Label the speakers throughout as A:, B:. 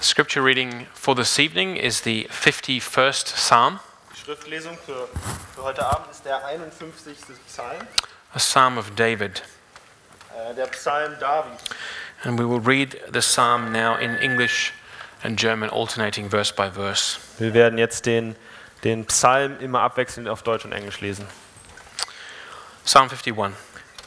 A: scripture reading for this evening is the 51st Psalm,
B: Die Schriftlesung für, für heute Abend ist der 51. Psalm,
A: a psalm of David.
B: äh, der Psalm David.
A: And we will read the psalm now in English and German, alternating verse by verse.
B: Wir werden jetzt den, den Psalm immer abwechselnd auf Deutsch und Englisch lesen.
A: Psalm 51.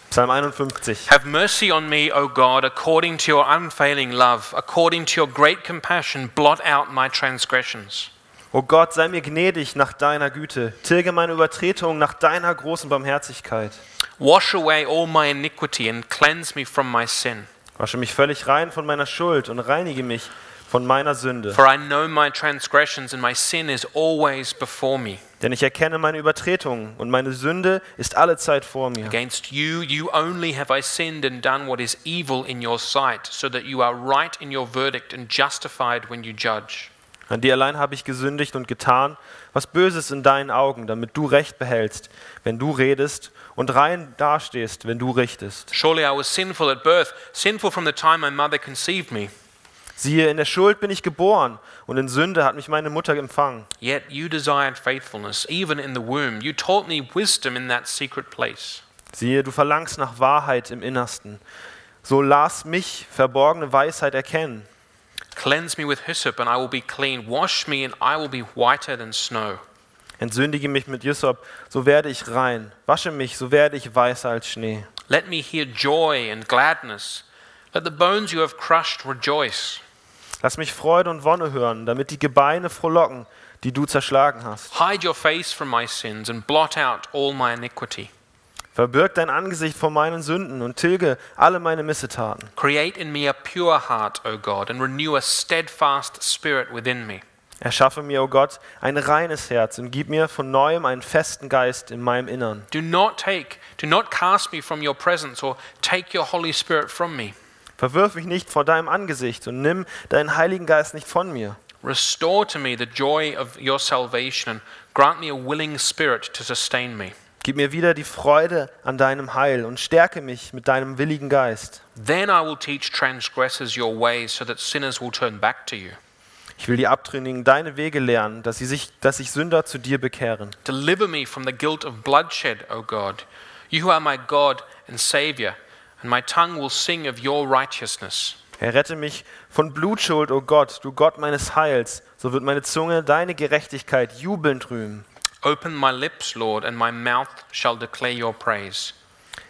B: Psalm 51.
A: Have mercy on me, O God, according to your unfailing love, according to your great compassion, blot out my transgressions.
B: O Gott, sei mir gnädig nach deiner Güte, tilge meine Übertretung nach deiner großen Barmherzigkeit.
A: Wash away all my iniquity and cleanse me from my sin.
B: Wasche mich völlig rein von meiner Schuld und reinige mich von meiner Sünde.
A: For I know my transgressions, and my sin is always before me.
B: Denn ich erkenne meine Übertretungen und meine Sünde ist allezeit vor mir.
A: Against you, you only have I sinned and done what is evil in your sight, so that you are right in your verdict and justified when you judge.
B: An dir allein habe ich gesündigt und getan, was Böses in deinen Augen, damit du Recht behältst, wenn du redest, und rein dastehst, wenn du richtest.
A: Surely I was sinful at birth, sinful from the time my mother conceived me.
B: Siehe, in der Schuld bin ich geboren, und in Sünde hat mich meine Mutter empfangen.
A: Yet you desired faithfulness, even in the womb. You taught me wisdom in that secret place.
B: Siehe, du verlangst nach Wahrheit im Innersten. So lass mich verborgene Weisheit erkennen.
A: Cleanse me with hyssop, and I will be clean. Wash me, and I will be whiter than snow.
B: Entsündige mich mit Jüssop, so werde ich rein. Wasche mich, so werde ich weißer als Schnee.
A: Let me hear joy and gladness. Let the bones you have crushed rejoice.
B: Lass mich Freude und Wonne hören, damit die Gebeine frohlocken, die du zerschlagen hast.
A: Hide your face from my sins and blot out all my iniquity.
B: Verbirg dein Angesicht vor meinen Sünden und tilge alle meine Missetaten.
A: Create in me a pure heart, O God, and renew a steadfast spirit within me.
B: Erschaffe mir, o Gott, ein reines Herz und gib mir von neuem einen festen Geist in meinem Innern.
A: Do not take, do not cast me from your presence or take your Holy Spirit from me.
B: Verwirf mich nicht vor deinem Angesicht und nimm deinen Heiligen Geist nicht von mir.
A: Restore to me the joy of your salvation and grant me a willing spirit to sustain me.
B: Gib mir wieder die Freude an deinem Heil und stärke mich mit deinem willigen Geist.
A: Then I will teach transgressors your ways so that sinners will turn back to you.
B: Ich will die Abtrünnigen deine Wege lernen, dass, sie sich, dass sich Sünder zu dir bekehren.
A: Deliver me from the guilt of bloodshed, O God, you who are my God and Savior, and my tongue will sing of your righteousness.
B: Errette mich von Blutschuld, o Gott, du Gott meines Heils. So wird meine Zunge deine Gerechtigkeit jubelnd rühmen.
A: Open my lips, Lord, and my mouth shall declare your praise.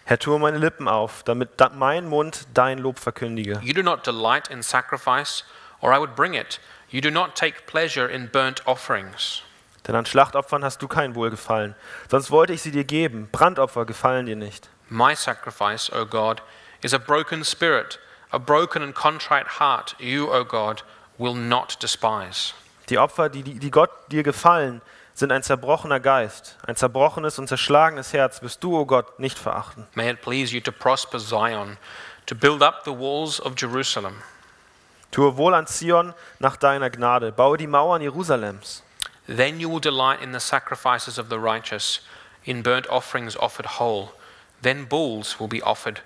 B: Herr, tue meine Lippen auf, damit da mein Mund dein Lob verkündige.
A: You do not delight in sacrifice, or I would bring it. You do not take pleasure in burnt offerings.
B: Denn an Schlachtopfern hast du kein Wohlgefallen. Sonst wollte ich sie dir geben. Brandopfer gefallen dir nicht.
A: My sacrifice, O God, is a broken spirit, a broken and contrite heart, you, O God, will not despise.
B: Die Opfer, die, die, die Gott dir gefallen, sind ein zerbrochener Geist. Ein zerbrochenes und zerschlagenes Herz wirst du, o Gott, nicht verachten.
A: May it please you to prosper Zion, to build up the walls of Jerusalem.
B: Tue wohl an Zion nach deiner Gnade. Baue die Mauern Jerusalems.
A: Then you will delight in the sacrifices of the righteous, in burnt offerings offered whole. Then bulls will be offered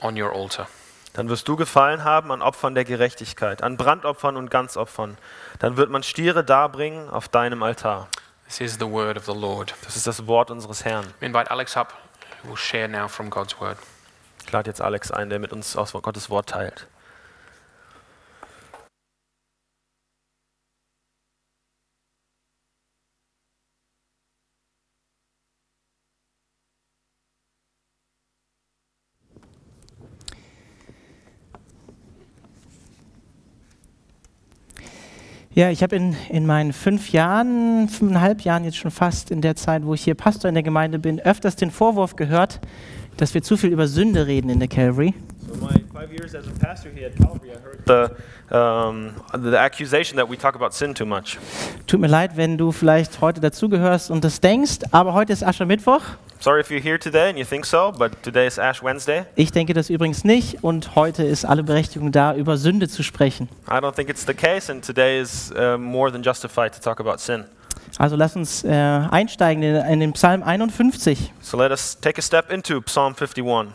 A: on your altar.
B: Dann wirst du gefallen haben an Opfern der Gerechtigkeit, an Brandopfern und Ganzopfern. Dann wird man Stiere darbringen auf deinem Altar.
A: This is the word of the Lord.
B: Das ist das Wort unseres Herrn.
A: We invite Alex up, who will share now from God's word.
B: Ich lade jetzt Alex ein, der mit uns aus Gottes Wort teilt.
C: Ja, ich habe in, in meinen fünf Jahren, fünfeinhalb Jahren jetzt schon fast in der Zeit, wo ich hier Pastor in der Gemeinde bin, öfters den Vorwurf gehört, dass wir zu viel über Sünde reden in der Calvary.
B: So my five years as a pastor here at Calvary, I heard the, um, the accusation that we talk about sin too much.
C: Tut mir leid, wenn du vielleicht heute dazugehörst und das denkst, aber heute ist Aschermittwoch.
B: Sorry if you're here today and you think so, but today is Ash Wednesday.
C: Ich denke das übrigens nicht und heute ist alle Berechtigung da, über Sünde zu sprechen.
B: I don't think it's the case, and today is uh, more than justified to talk about sin.
C: Also lass uns äh, einsteigen in, in den Psalm 51.
B: So let us take a step into Psalm 51.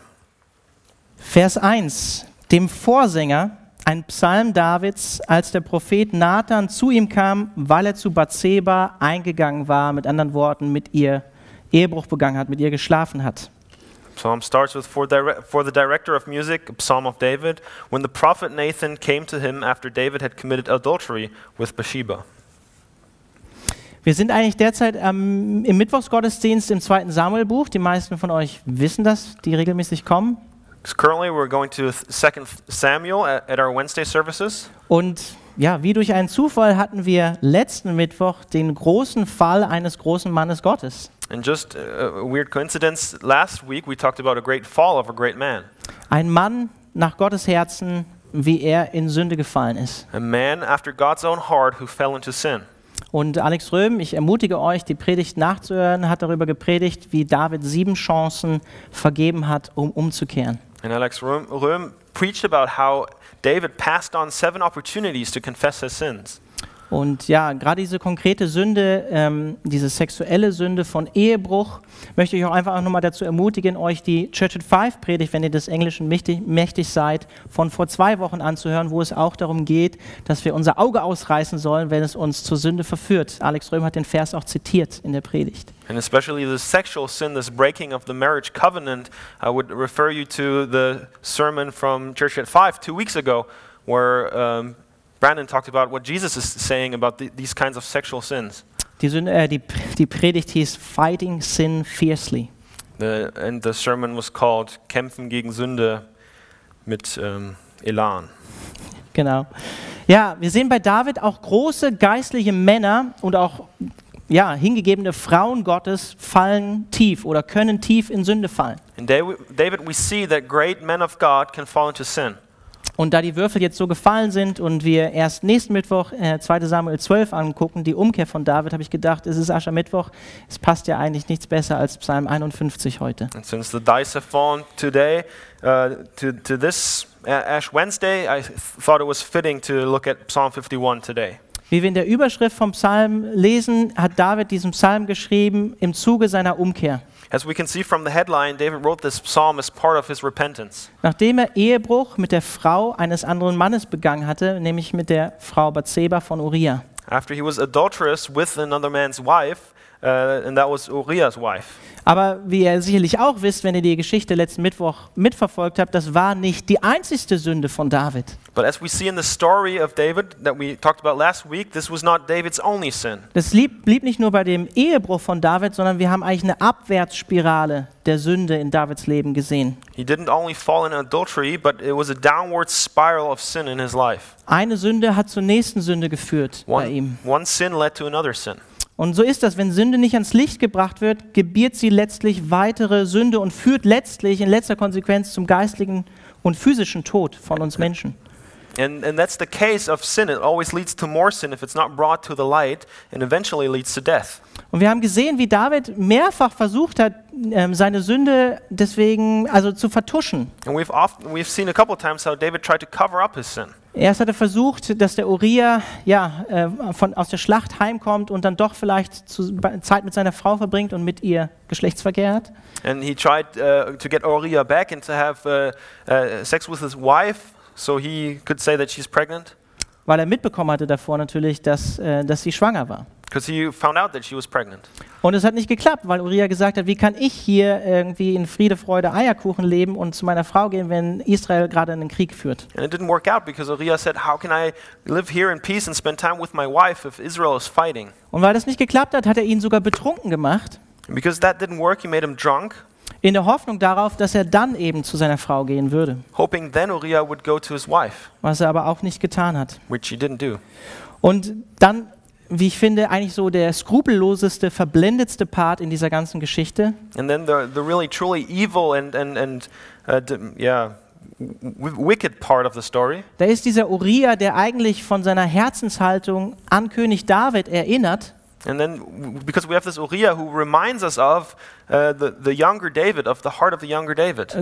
C: Vers 1. Dem Vorsänger, ein Psalm Davids, als der Prophet Nathan zu ihm kam, weil er zu Bathseba eingegangen war, mit anderen Worten, mit ihr Ehebruch begangen hat, mit ihr geschlafen hat.
B: Psalm starts with for, dire- for the director of music, a psalm of David, when the prophet Nathan came to him after David had committed adultery with Bathsheba.
C: Wir sind eigentlich derzeit am, im Mittwochsgottesdienst im zweiten Samuelbuch. Die meisten von euch wissen das, die regelmäßig kommen.
B: 'Cause Currently, we're going to th- Second Samuel at, at our Wednesday services.
C: Und ja, wie durch einen Zufall hatten wir letzten Mittwoch den großen Fall eines großen Mannes Gottes.
B: And just uh, a, a weird coincidence, last week we talked about a great fall of a great man,
C: Ein Mann nach Gottes Herzen, wie er in Sünde gefallen ist.
B: a man after God's own heart who fell into sin.
C: Und Alex Röhm, ich ermutige euch, die Predigt nachzuhören, hat darüber gepredigt, wie David sieben Chancen vergeben hat, um umzukehren.
B: And Alex Röhm, Röhm preached about how David passed on seven opportunities to confess his sins.
C: Und ja, gerade diese konkrete Sünde, ähm, diese sexuelle Sünde von Ehebruch, möchte ich auch einfach auch nochmal dazu ermutigen, euch die Church at Five Predigt, wenn ihr des Englischen mächtig, mächtig seid, von vor zwei Wochen anzuhören, wo es auch darum geht, dass wir unser Auge ausreißen sollen, wenn es uns zur Sünde verführt. Alex Röhm hat den Vers auch zitiert in der Predigt.
B: And especially the sexual sin, this breaking of the marriage covenant, I would refer you to the sermon from Church at Five two weeks ago, where um, Brandon talked about what Jesus is saying about the, these kinds of sexual sins.
C: Die, Sünde, äh, die, die Predigt hieß Fighting Sin Fiercely.
B: The, and the sermon was called Kämpfen gegen Sünde mit um, Elan.
C: Genau. Ja, wir sehen bei David auch große geistliche Männer und auch ja, hingegebene Frauen Gottes fallen tief oder können tief in Sünde fallen.
B: And Dawi- David, we see that great men of God can fall into sin.
C: Und da die Würfel jetzt so gefallen sind und wir erst nächsten Mittwoch äh, 2. Samuel 12 angucken, die Umkehr von David, habe ich gedacht, es ist Aschermittwoch, es passt ja eigentlich nichts besser als Psalm 51 heute.
B: And since the dice have fallen today, uh, to, to this A- Ash Wednesday, I th- thought it was fitting to look at Psalm 51 today.
C: Wie wir in der Überschrift vom Psalm lesen, hat David diesen Psalm geschrieben im Zuge seiner Umkehr.
B: As we can see from the headline, David wrote this psalm as part of his repentance.
C: Nachdem er Ehebruch mit der Frau eines anderen Mannes begangen hatte, nämlich mit der Frau Bathseba von Uriah.
B: After he was adulterous with another man's wife, uh, and that was Uriah's wife.
C: Aber wie ihr sicherlich auch wisst, wenn ihr die Geschichte letzten Mittwoch mitverfolgt habt, das war nicht die einzigste Sünde von David.
B: But as we see in the story of David that we talked about last week, this was not David's only sin.
C: Das lieb, blieb nicht nur bei dem Ehebruch von David, sondern wir haben eigentlich eine Abwärtsspirale der Sünde in Davids Leben gesehen.
B: He didn't only fall in adultery, but it was a downward spiral of sin in his life.
C: Eine Sünde hat zur nächsten Sünde geführt bei ihm.
B: One, one sin led to another sin.
C: Und so ist das, wenn Sünde nicht ans Licht gebracht wird, gebiert sie letztlich weitere Sünde und führt letztlich in letzter Konsequenz zum geistlichen und physischen Tod von uns Menschen.
B: And, and that's the case of sin. It always leads to more sin if it's not brought to the light and eventually leads to death.
C: Und wir haben gesehen, wie David mehrfach versucht hat, ähm, seine Sünde deswegen also zu vertuschen.
B: And we've, often, we've seen a couple times how David tried to cover up his sin.
C: Erst hat er versucht, dass der Uriah ja, äh, von, aus der Schlacht heimkommt und dann doch vielleicht zu, bei- Zeit mit seiner Frau verbringt und mit ihr Geschlechtsverkehr hat.
B: And he tried uh, to get Uriah back and to have uh, uh, sex with his wife so he could say that she's pregnant
C: Weil er mitbekommen hatte davor natürlich, dass, äh, dass sie schwanger war.
B: because he found out that she was pregnant.
C: Und es hat nicht geklappt, weil Uriah gesagt hat, wie kann ich hier irgendwie in Friede, Freude, Eierkuchen leben und zu meiner Frau gehen, wenn Israel gerade einen Krieg führt.
B: And it didn't work out because Uriah said, How can I live here in peace and spend time with my wife if Israel is fighting?
C: Und weil das nicht geklappt hat, hat er ihn sogar betrunken gemacht,
B: And because that didn't work, he made him drunk,
C: in der Hoffnung darauf, dass er dann eben zu seiner Frau gehen würde,
B: hoping then Uriah would go to his wife,
C: was er aber auch nicht getan hat.
B: which he didn't do.
C: Und dann, wie ich finde, eigentlich so der skrupelloseste, verblendetste Part in dieser ganzen Geschichte,
B: And then the, the really, truly evil and, and, and uh, d- yeah, w- wicked part of the story
C: da ist dieser Uriah, der eigentlich von seiner Herzenshaltung an König David erinnert,
B: And then, w- because we have this Uriah who reminds us of uh, the, the younger David, of the heart of the younger David,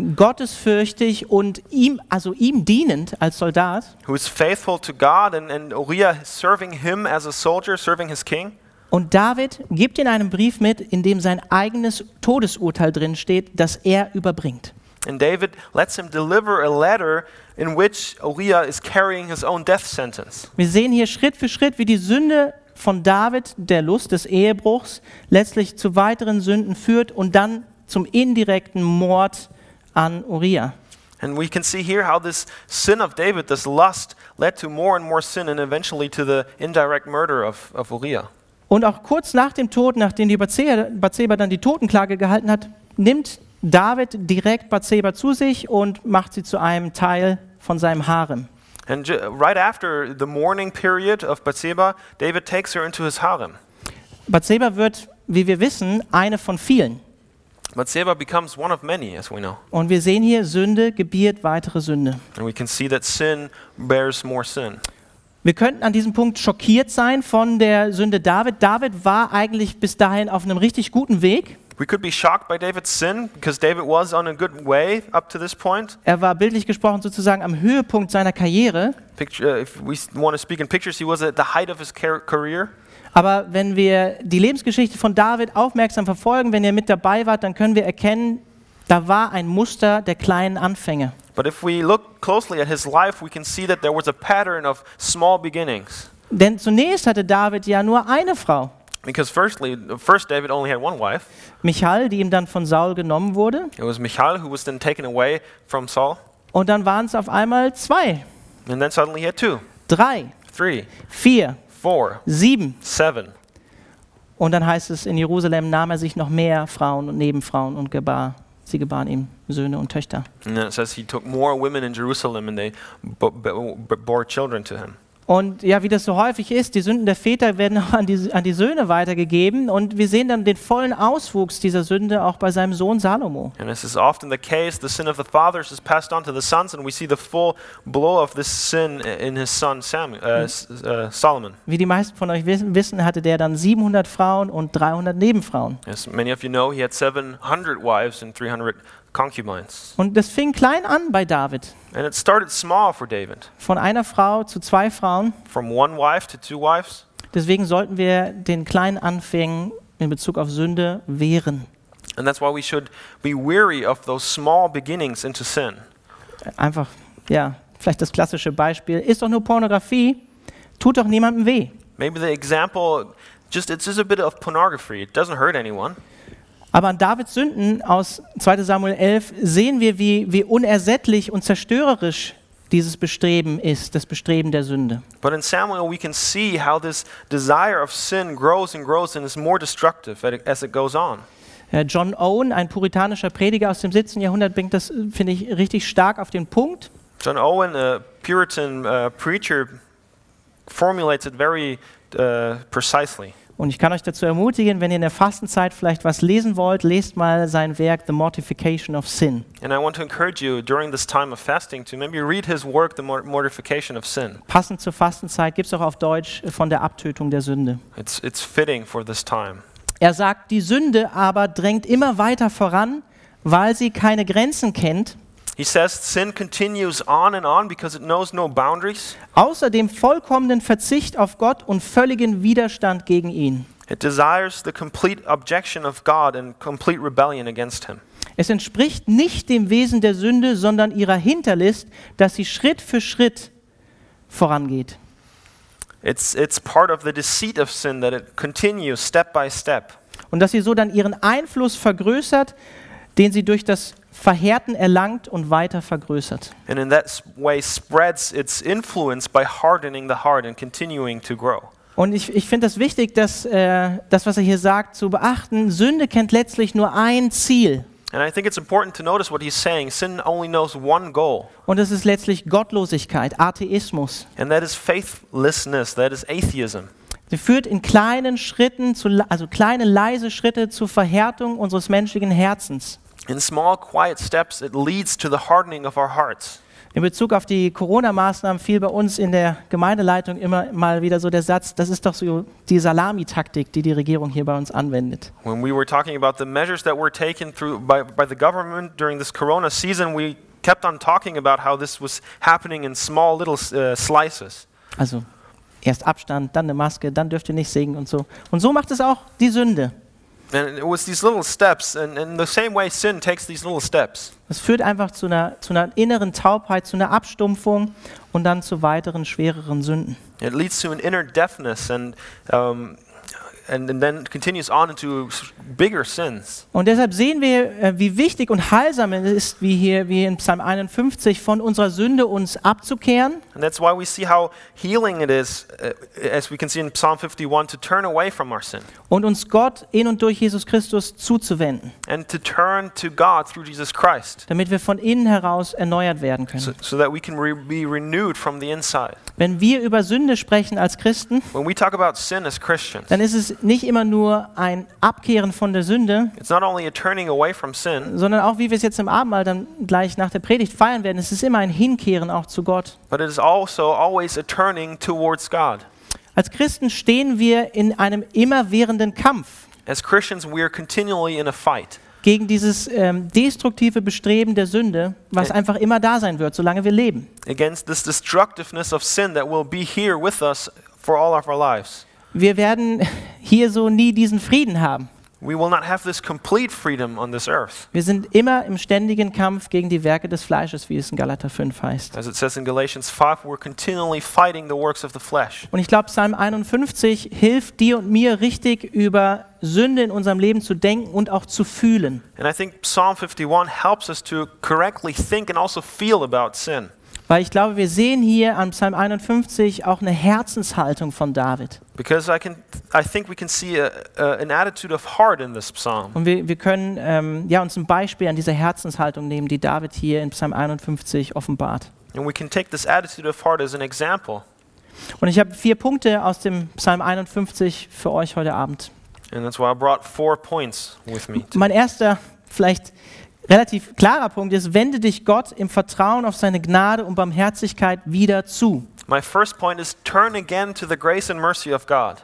C: gottesfürchtig und ihm, also ihm dienend als Soldat
B: who is faithful to God, and, and Uriah serving him as a soldier, serving his king.
C: Und David gibt ihm einen Brief mit, in dem sein eigenes Todesurteil drinsteht, das er überbringt.
B: And David lets him deliver a letter in which Uriah is carrying his own death sentence.
C: Wir sehen hier Schritt für Schritt, wie die Sünde von David, der Lust des Ehebruchs, letztlich zu weiteren Sünden führt und dann zum indirekten Mord an Uriah.
B: And we can see here how this sin of David, this lust, led to more and more sin and eventually to the indirect murder of, of Uriah.
C: Und auch kurz nach dem Tod, nachdem die Bathseba Bathseba dann die Totenklage gehalten hat, nimmt David direkt Bathseba zu sich und macht sie zu einem Teil von seinem Harem.
B: And ju- right after the mourning period of Bathsheba, David takes her into his harem.
C: Bathseba wird, wie wir wissen, eine von vielen.
B: Bathsheba becomes one of many, as we know.
C: Und wir sehen hier, Sünde gebiert weitere Sünde.
B: And we can see that sin bears more sin.
C: Wir könnten an diesem Punkt schockiert sein von der Sünde David. David war eigentlich bis dahin auf einem richtig guten Weg.
B: We could be shocked by David's sin because David was on a good way up to this point.
C: Er war bildlich gesprochen sozusagen am Höhepunkt seiner Karriere.
B: Picture, uh, if we want to speak in pictures, he was at the height of his car- career.
C: Aber wenn wir die Lebensgeschichte von David aufmerksam verfolgen, wenn ihr mit dabei wart, dann können wir erkennen, da war ein Muster der kleinen Anfänge.
B: But if we look closely at his life, we can see that there was a pattern of small beginnings.
C: Denn zunächst hatte David ja nur eine Frau,
B: Because firstly, first David only had one wife.
C: Michal, die ihm dann von Saul genommen wurde.
B: It was Michal who was then taken away from Saul,
C: Und dann waren es auf einmal zwei,
B: and then suddenly he had two,
C: drei,
B: three,
C: vier,
B: four,
C: sieben.
B: seven.
C: Und dann heißt es, in Jerusalem nahm er sich noch mehr Frauen und Nebenfrauen und gebar. Sie gebaren ihm Söhne und Töchter.
B: And then it says he took more women in Jerusalem, and they b- b- b- bore children to him.
C: Und ja, wie das so häufig ist, die Sünden der Väter werden auch an die, an die Söhne weitergegeben. Und wir sehen dann den vollen Auswuchs dieser Sünde auch bei seinem Sohn Salomo.
B: And this is often the case. The sin of the fathers is passed on to the sons, and we see the full blow of this sin i- in his son Samuel, uh, S- uh, Solomon.
C: Wie die meisten von euch wissen, wissen, hatte der dann 700 Frauen und 300 Nebenfrauen.
B: As many of you know, he had 700 wives and 300 concubines.
C: Und das fing klein an bei David.
B: And it started small for David,
C: Von einer Frau zu zwei Frauen.
B: from one wife to two wives.
C: Deswegen sollten wir den kleinen Anfängen in Bezug auf Sünde wehren.
B: And that's why we should be weary of those small beginnings into sin.
C: einfach, ja, vielleicht das klassische Beispiel, ist doch nur Pornografie, tut doch niemandem weh.
B: Maybe the example, just it's just a bit of pornography. It doesn't hurt anyone.
C: Aber an Davids Sünden aus 2 Samuel 11 sehen wir, wie, wie unersättlich und zerstörerisch dieses Bestreben ist, das Bestreben der Sünde.
B: But in Samuel, we can see how this desire of sin grows and grows and is more destructive at- as it goes on.
C: Äh, John Owen, ein puritanischer Prediger aus dem 17. Jahrhundert, bringt das, äh, finde ich, richtig stark auf den Punkt.
B: John Owen, a Puritan uh, preacher, formulates it very uh, precisely.
C: Und ich kann euch dazu ermutigen, wenn ihr in der Fastenzeit vielleicht was lesen wollt, lest mal sein Werk The Mortification of Sin.
B: And I want to encourage you during this time of fasting to maybe read his work, The Mor- Mortification of Sin.
C: Passend zur Fastenzeit gibt es auch auf Deutsch äh, von der Abtötung der Sünde.
B: It's, it's fitting for this time.
C: Er sagt, die Sünde aber drängt immer weiter voran, weil sie keine Grenzen kennt.
B: He says sin continues on and on because it knows no boundaries.
C: Außerdem vollkommenen Verzicht auf Gott und völligen Widerstand gegen ihn.
B: It desires the complete objection of God and complete rebellion against him.
C: Es entspricht nicht dem Wesen der Sünde, sondern ihrer Hinterlist, dass sie Schritt für Schritt vorangeht.
B: It's, it's part of the deceit of sin that it continues step by step.
C: Und dass sie so dann ihren Einfluss vergrößert, den sie durch das Verhärten erlangt und weiter vergrößert.
B: And in that s- way spreads its influence by hardening the heart and continuing to grow.
C: Und ich, ich finde es wichtig, dass, äh, das, was er hier sagt, zu beachten. Sünde kennt letztlich nur ein Ziel.
B: And I think it's important to notice what he's saying. Sin only knows one goal,
C: Und es ist letztlich Gottlosigkeit, Atheismus.
B: and that is faithlessness, that is atheism.
C: Sie führt in kleinen Schritten, zu, le- also kleine leise Schritte zur Verhärtung unseres menschlichen Herzens.
B: In small, quiet steps, it leads to the hardening of our hearts.
C: In Bezug auf die Corona-Maßnahmen fiel bei uns in der Gemeindeleitung immer mal wieder so der Satz, das ist doch so die Salamitaktik, die die Regierung hier bei uns anwendet.
B: When we were talking about the measures that were taken through by, by the government during this corona season, we kept on talking about how this was happening in small little uh, slices.
C: Also erst Abstand, dann eine Maske, dann dürft ihr nicht singen und so. Und so macht es auch die Sünde.
B: And it was these little steps, and in the same way, sin takes these little steps.
C: Das führt einfach zu einer, zu einer inneren Taubheit, zu einer Abstumpfung und dann zu weiteren, schwereren Sünden.
B: It leads to an inner deafness, and um, and, and then continues on into s- bigger sins.
C: Und deshalb sehen wir, äh, wie wichtig und heilsam es ist, wie hier wie in Psalm 51, von unserer Sünde uns abzukehren
B: And that's why we see how healing it is, uh, as we can see in Psalm 51, to turn away from our sin
C: und uns Gott in und durch Jesus Christus zuzuwenden,
B: and to turn to God through Jesus Christ,
C: damit wir von innen heraus erneuert werden können.
B: so, so that we can re- be renewed from the inside.
C: Wenn wir über Sünde sprechen als Christen,
B: When we talk about sin as Christians,
C: dann ist es nicht immer nur ein Abkehren von der Sünde,
B: it's not only a turning away from sin,
C: sondern auch, wie wir es jetzt im Abendmahl dann gleich nach der Predigt feiern werden, es ist immer ein Hinkehren auch zu Gott.
B: but it is also always a turning towards God.
C: Als Christen stehen wir in einem immerwährenden Kampf
B: As Christians, we are continually in a fight
C: gegen dieses ähm, destruktive Bestreben der Sünde, was
B: Ja.
C: einfach immer da sein wird, solange wir leben.
B: against this destructiveness of sin that will be here with us for all of our lives.
C: Wir werden hier so nie diesen Frieden haben.
B: We will not have this complete freedom on this earth,
C: Wir sind immer im ständigen Kampf gegen die Werke des Fleisches, wie es in Galater 5 heißt.
B: as it says in Galatians 5. We're continually fighting the works of the flesh.
C: Und ich glaube, Psalm 51 hilft dir und mir richtig über Sünde in unserem Leben zu denken und auch zu fühlen.
B: And I think Psalm 51 helps us to correctly think and also feel about sin.
C: Weil ich glaube, wir sehen hier an Psalm 51 auch eine Herzenshaltung von David.
B: Because I, can, I think we can see a, a, an attitude of heart in this psalm.
C: Und wir, wir können ähm, ja, uns ein Beispiel an dieser Herzenshaltung nehmen, die David hier in Psalm 51 offenbart.
B: And we can take this attitude of heart as an example.
C: Und ich habe vier Punkte aus dem Psalm 51 für euch heute Abend.
B: And that's why I brought four points with me.
C: Mein erster, vielleicht relativ klarer Punkt ist, wende dich Gott im Vertrauen auf seine Gnade und Barmherzigkeit wieder zu.
B: My first point is turn again to the grace and mercy of God.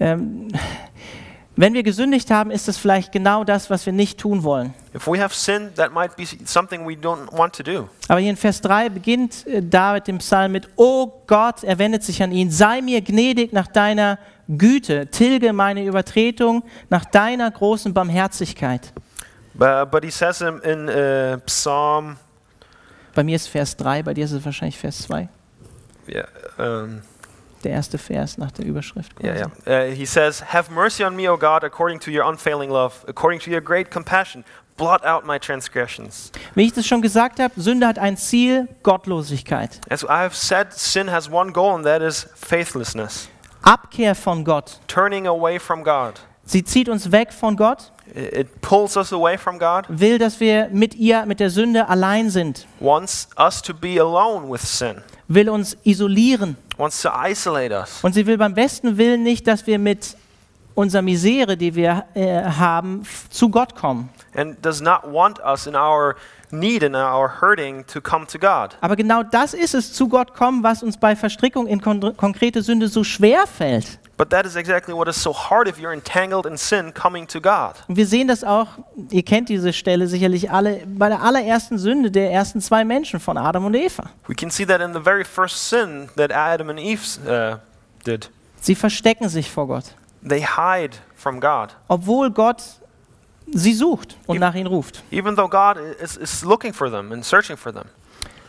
C: Ähm, wenn wir gesündigt haben, ist es vielleicht genau das, was wir nicht tun wollen.
B: If we have sinned, that might be something we don't want to do.
C: Aber hier in Vers 3 beginnt äh, David den Psalm mit, O Gott, er wendet sich an ihn, sei mir gnädig nach deiner Güte, tilge meine Übertretung nach deiner großen Barmherzigkeit.
B: But, but he says in, in uh, Psalm,
C: Bei mir ist Vers 3, bei dir ist es wahrscheinlich Vers 2,
B: yeah, um,
C: der erste Vers nach der Überschrift. quasi.
B: yeah, yeah. Uh, he says, "Have mercy on me, O God, according to your unfailing love, according to your great compassion, blot out my transgressions."
C: Wie ich das schon gesagt habe, Sünde hat ein Ziel, Gottlosigkeit.
B: As I have said, sin has one goal, and that is faithlessness,
C: Abkehr von Gott.
B: turning away from God.
C: Sie zieht uns weg von Gott,
B: It it pulls us away from God,
C: will, dass wir mit ihr, mit der Sünde allein sind,
B: wants us to be alone with sin,
C: will uns isolieren.
B: wants to isolate us.
C: Und sie will beim besten Willen nicht, dass wir mit unserer Misere, die wir äh, haben, f- zu Gott kommen.
B: and does not want us in our need and our hurting to come to God.
C: Aber genau das ist es, zu Gott kommen, was uns bei Verstrickung in kon konkrete Sünde so schwer fällt.
B: But that is exactly what is so hard if you're entangled in sin coming to God.
C: Und wir sehen das auch, ihr kennt diese Stelle sicherlich alle, bei der allerersten Sünde der ersten zwei Menschen von Adam und Eva.
B: We can see that in the very first sin that Adam and Eve uh, did.
C: Sie verstecken sich vor Gott,
B: They hide from God.
C: obwohl Gott sie sucht und
B: Ihr-
C: nach ihnen ruft.
B: Even though God i- is, is looking for them and searching for them.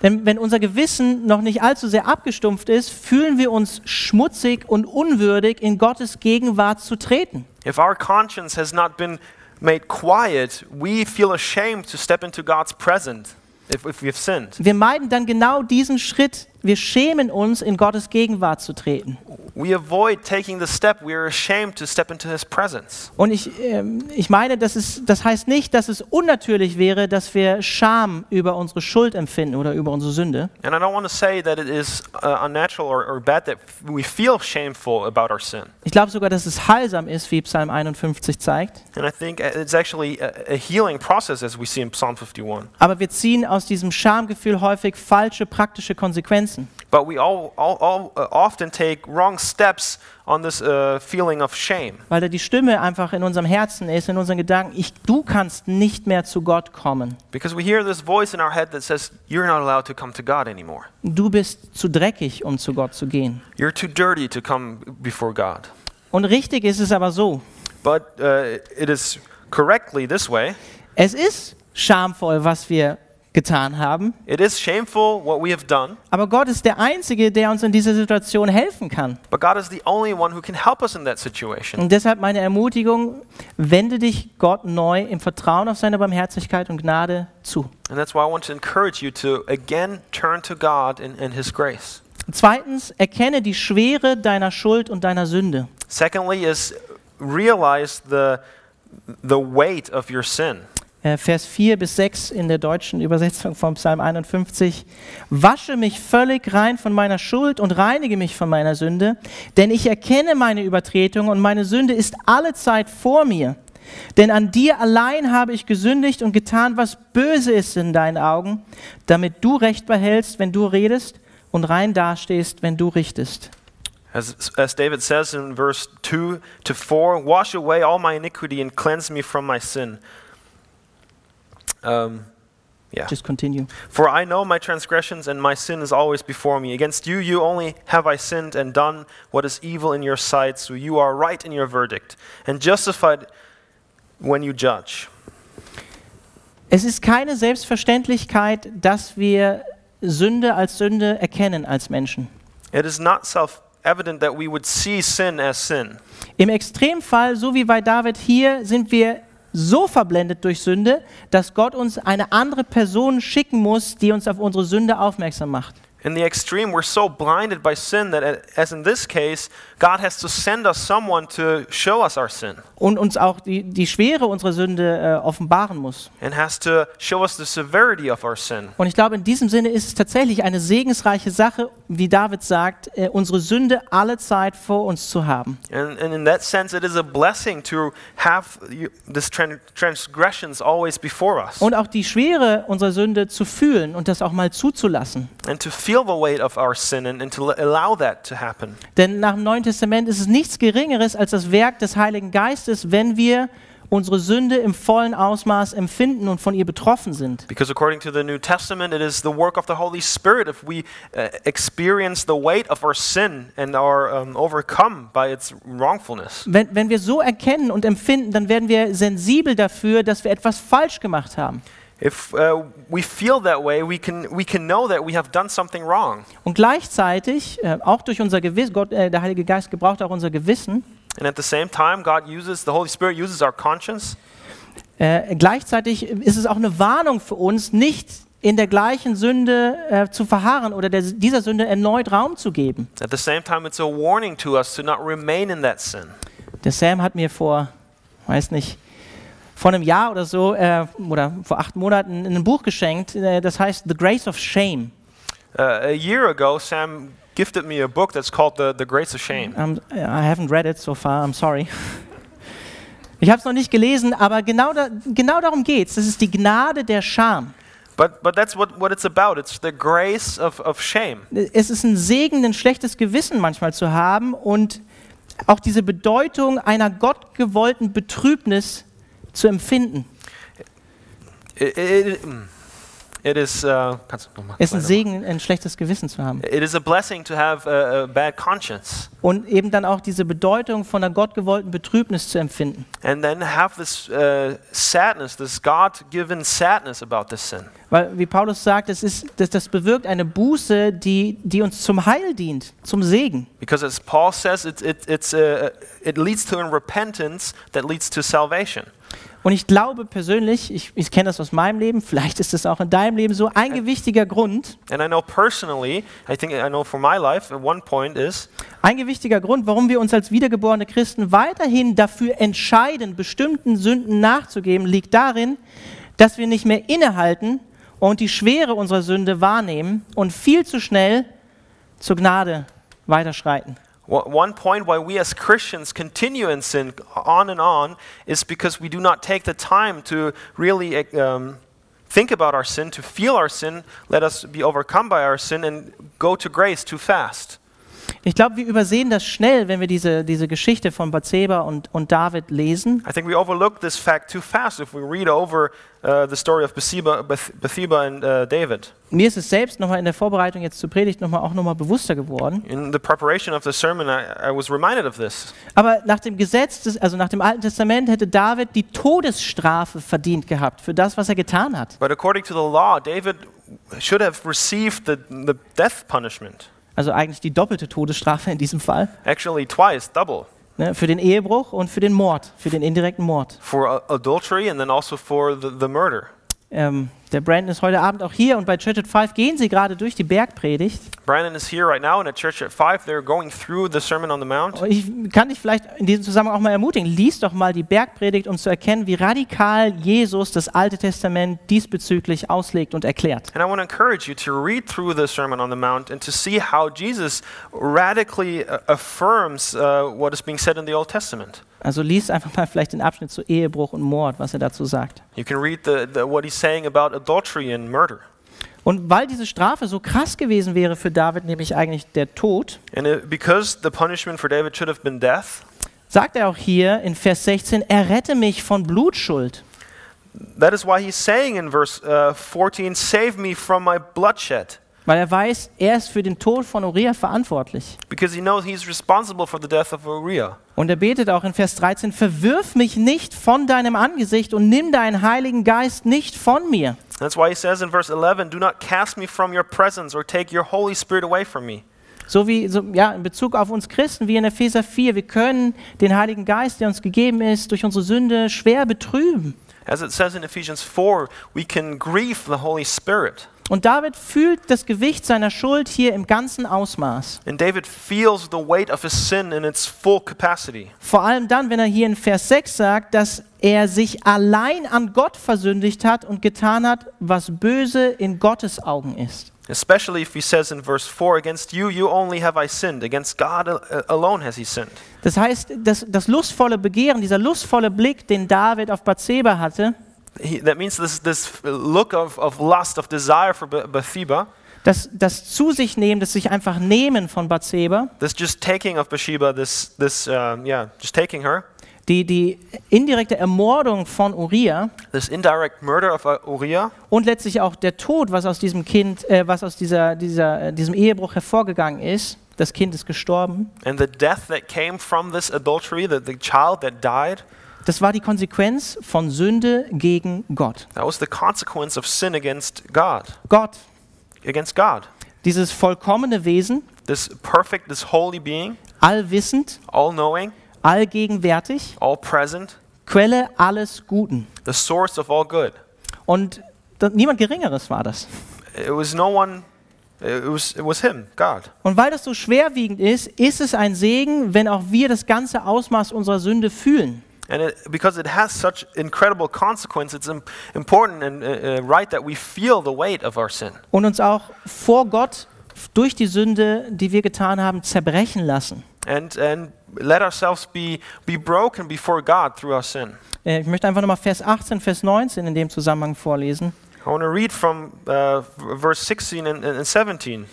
C: Denn wenn unser Gewissen noch nicht allzu sehr abgestumpft ist, fühlen wir uns schmutzig und unwürdig, in Gottes Gegenwart zu treten.
B: If our conscience has not been made quiet, we feel ashamed to step into God's presence if, if we've sinned.
C: Wir meiden dann genau diesen Schritt. Wir schämen uns, in Gottes Gegenwart zu treten.
B: We avoid taking the step. We are ashamed to step into His presence.
C: Und ich, ähm, ich meine, das, ist, das heißt nicht, dass es unnatürlich wäre, dass wir Scham über unsere Schuld empfinden oder über unsere Sünde.
B: And I don't want to say that it is uh, unnatural or, or bad that f- we feel shameful about our sin.
C: Ich glaube sogar, dass es heilsam ist, wie Psalm 51 zeigt.
B: And I think uh, it's actually a, a healing process as we see in Psalm 51.
C: Aber wir ziehen aus diesem Schamgefühl häufig falsche praktische Konsequenzen.
B: But we all, all, all uh, often take wrong steps on this uh, feeling of shame
C: weil da die Stimme einfach in unserem Herzen ist, in unseren Gedanken, ich, du kannst nicht mehr zu Gott kommen.
B: because we hear this voice in our head that says, You're not allowed to come to God anymore.
C: Du bist zu dreckig, um zu Gott zu gehen.
B: You're too dirty to come before God.
C: Und richtig ist es aber so,
B: but uh, it is correctly this way.
C: Es ist schamvoll, was wir getan haben,
B: It is shameful what we have done,
C: aber Gott ist der Einzige, der uns in dieser Situation helfen kann.
B: but God is the only one who can help us in that situation.
C: Und deshalb meine Ermutigung, wende dich Gott neu im Vertrauen auf seine Barmherzigkeit und Gnade zu.
B: And that's why I want to encourage you to again turn to God and, and His grace.
C: Zweitens, erkenne die Schwere deiner Schuld und deiner Sünde.
B: Secondly, is realize the, the weight of your sin.
C: Äh, Vers 4 bis 6 in der deutschen Übersetzung vom Psalm 51. Wasche mich völlig rein von meiner Schuld und reinige mich von meiner Sünde, denn ich erkenne meine Übertretung und meine Sünde ist alle Zeit vor mir. Denn an dir allein habe ich gesündigt und getan, was böse ist in deinen Augen, damit du Recht behältst, wenn du redest und rein dastehst, wenn du richtest.
B: As, as David says in verse 2 to 4, wash away all my iniquity and cleanse me from my sin. Um, yeah.
C: Just continue.
B: For I know my transgressions, and my sin is always before me. Against you, you only have I sinned and done what is evil in your sight, so you are right in your verdict, and justified when you judge.
C: Es ist keine Selbstverständlichkeit, dass wir Sünde als Sünde erkennen als Menschen.
B: It is not self evident that we would see sin as sin.
C: Im Extremfall, so wie bei David hier, sind wir so verblendet durch Sünde, dass Gott uns eine andere Person schicken muss, die uns auf unsere Sünde aufmerksam macht.
B: In the extreme, we're so blinded by sin that, a- as in this case, God has to send us someone to show us our sin
C: Und uns auch die, die Schwere unserer Sünde äh, offenbaren muss.
B: and has to show us the severity of our sin.
C: Und ich glaube, in diesem Sinne ist es tatsächlich eine segensreiche Sache, wie David sagt, äh, unsere Sünde alle Zeit vor uns zu haben.
B: And, and in that sense, it is a blessing to have you, this tran- transgressions always before us
C: Und auch die Schwere unserer Sünde zu fühlen und das auch mal zuzulassen.
B: and to feel the weight of our sin and, and to l- allow that to happen.
C: Denn nach dem Neuen Testament ist es nichts Geringeres als das Werk des Heiligen Geistes, wenn wir unsere Sünde im vollen Ausmaß empfinden und von ihr betroffen sind.
B: Because according to the New Testament, it is the work of the Holy Spirit if we uh, experience the weight of our sin and are um, overcome by its wrongfulness.
C: Wenn, wenn wir so erkennen und empfinden, dann werden wir sensibel dafür, dass wir etwas falsch gemacht haben.
B: If uh, we feel that way, we can, we can know that we have done something wrong.
C: Und gleichzeitig, äh, auch durch unser Gewissen, Gott, äh, der Heilige Geist gebraucht auch unser Gewissen,
B: And at the same time, God uses, the Holy Spirit uses our conscience
C: äh, gleichzeitig ist es auch eine Warnung für uns, nicht in der gleichen Sünde äh, zu verharren oder der, dieser Sünde erneut Raum zu geben.
B: At the same time, it's a warning to us to not remain in that sin.
C: Der Sam hat mir vor, weiß nicht, vor einem Jahr oder so äh, oder vor acht Monaten ein Buch geschenkt, äh, das heißt The Grace of Shame.
B: Uh, a year ago, Sam gifted me a book that's called The, the Grace of Shame.
C: Um, I haven't read it so far, I'm sorry. Ich habe es noch nicht gelesen, aber genau, da, genau darum geht es. Das ist die Gnade der Scham.
B: But, but that's what, what it's about. It's the grace of, of shame.
C: Es ist ein Segen, ein schlechtes Gewissen manchmal zu haben und auch diese Bedeutung einer gottgewollten Betrübnis zu empfinden.
B: It, it, it- mm. it is. Uh, kannst du noch mal
C: Es ist ein
B: weitermachen?
C: Segen, ein schlechtes Gewissen zu haben.
B: It is a blessing to have a, a bad conscience
C: und eben dann auch diese Bedeutung von einer gottgewollten Betrübnis zu empfinden.
B: and then have this uh, sadness, this God given sadness about this sin.
C: Weil, wie Paulus sagt, es ist, das, das bewirkt eine Buße, die, die uns zum Heil dient, zum Segen.
B: Because as Paul says, it, it, it's, uh, it leads to a repentance that leads to salvation.
C: Und ich glaube persönlich, ich, ich kenne das aus meinem Leben, vielleicht ist das auch in deinem Leben so, ein gewichtiger Grund,
B: And I know personally, I think I know for my life, at one point is
C: ein gewichtiger Grund, warum wir uns als wiedergeborene Christen weiterhin dafür entscheiden, bestimmten Sünden nachzugeben, liegt darin, dass wir nicht mehr innehalten und die Schwere unserer Sünde wahrnehmen und viel zu schnell zur Gnade weiterschreiten.
B: wha- one point why we as Christians continue in sin on and on is because we do not take the time to really eh, um, think about our sin, to feel our sin, let us be overcome by our sin, and go to grace too fast.
C: Ich glaube, wir übersehen das schnell, wenn wir diese, diese Geschichte von Bathseba und, und David lesen.
B: I think we overlook this fact too fast if we read over uh, the story of Bathsheba, Bath- Bathsheba and uh, David.
C: Mir ist es selbst nochmal in der Vorbereitung jetzt zur Predigt nochmal auch nochmal bewusster geworden.
B: In the preparation of the sermon, I, I was reminded of this.
C: Aber nach dem Gesetz, des, also nach dem Alten Testament, hätte David die Todesstrafe verdient gehabt für das, was er getan hat.
B: But according to the law, David should have received the, the death punishment.
C: Also eigentlich die doppelte Todesstrafe in diesem Fall.
B: Actually, twice, double.
C: Ne, für den Ehebruch und für den Mord, für den indirekten Mord.
B: For uh, adultery and then also for the, the murder.
C: Ähm, der Brandon ist heute Abend auch hier und bei Church at Five gehen sie gerade durch die Bergpredigt.
B: Brandon is here right now in a church at 5. They're going through the Sermon on the Mount.
C: Ich kann dich vielleicht in diesem Zusammenhang auch mal ermutigen. Lies doch mal die Bergpredigt, um zu erkennen, wie radikal Jesus das Alte Testament diesbezüglich auslegt und erklärt.
B: And I want to encourage you to read through the Sermon on the Mount and to see how Jesus radically uh, affirms uh, what is being said in the Old Testament.
C: Also lies einfach mal vielleicht den Abschnitt zu Ehebruch und Mord, was er dazu sagt.
B: You can read the, the, what he's saying about adultery and murder.
C: Und weil diese Strafe so krass gewesen wäre für David, nämlich eigentlich der Tod,
B: And it, because the punishment for David should have been death,
C: sagt er auch hier in Vers 16, errette mich von Blutschuld.
B: that is why he's saying in verse uh, 14, Save me from my bloodshed.
C: Weil er weiß, er ist für den Tod von Uriah verantwortlich.
B: Because he knows he's responsible for the death of Uriah.
C: Und er betet auch in Vers 13, verwirf mich nicht von deinem Angesicht und nimm deinen Heiligen Geist nicht von mir.
B: That's why he says in verse 11, Do not cast me from your presence or take your Holy Spirit away from me.
C: So wie so, ja, in Bezug auf uns Christen, wie in Epheser 4, wir können den Heiligen Geist, der uns gegeben ist, durch unsere Sünde schwer betrüben.
B: As it says in Ephesians 4, we can grieve the Holy Spirit.
C: Und David fühlt das Gewicht seiner Schuld hier im ganzen Ausmaß.
B: And David feels the weight of his sin in its full capacity.
C: Vor allem dann, wenn er hier in Vers 6 sagt, dass er sich allein an Gott versündigt hat und getan hat, was böse in Gottes Augen ist.
B: Especially if he says in verse 4, Against you, you only have I sinned. Against God al- alone has he sinned.
C: Das heißt, das, das lustvolle Begehren, dieser lustvolle Blick, den David auf Bathseba hatte,
B: He, that means this, this look of, of lust, of desire for Ba- Bathsheba,
C: das, das zu sich nehmen, das sich einfach nehmen von Bathseba,
B: this just taking of Bathsheba, this, this um, yeah, just taking her,
C: die, die indirekte Ermordung von Uriah
B: this indirect murder of uh, Uriah,
C: und letztlich auch der Tod, was aus diesem Kind, äh, was aus dieser, dieser, äh, diesem Ehebruch hervorgegangen ist. Das Kind ist gestorben.
B: and the death that came from this adultery, the, the child that died,
C: Das war die Konsequenz von Sünde gegen Gott.
B: that was the consequence of sin against God,
C: Gott,
B: against God.
C: dieses vollkommene Wesen,
B: This perfect, this holy being,
C: allwissend,
B: all knowing,
C: allgegenwärtig,
B: all present,
C: Quelle alles Guten.
B: the source of all good.
C: Und da, niemand Geringeres war das.
B: It was no one, it was, it was Him, God.
C: Und weil das so schwerwiegend ist, ist es ein Segen, wenn auch wir das ganze Ausmaß unserer Sünde fühlen.
B: And it, because it has such incredible consequence, it's im- important and uh, uh, right that we feel the weight of our sin
C: und uns auch vor Gott durch die Sünde, die wir getan haben, zerbrechen lassen.
B: and, and let ourselves be, be broken before God through our sin.
C: Äh, Ich möchte einfach nochmal Vers 18, Vers 19 in dem Zusammenhang vorlesen.
B: I want to read from uh, v- verse 16 and, and 17.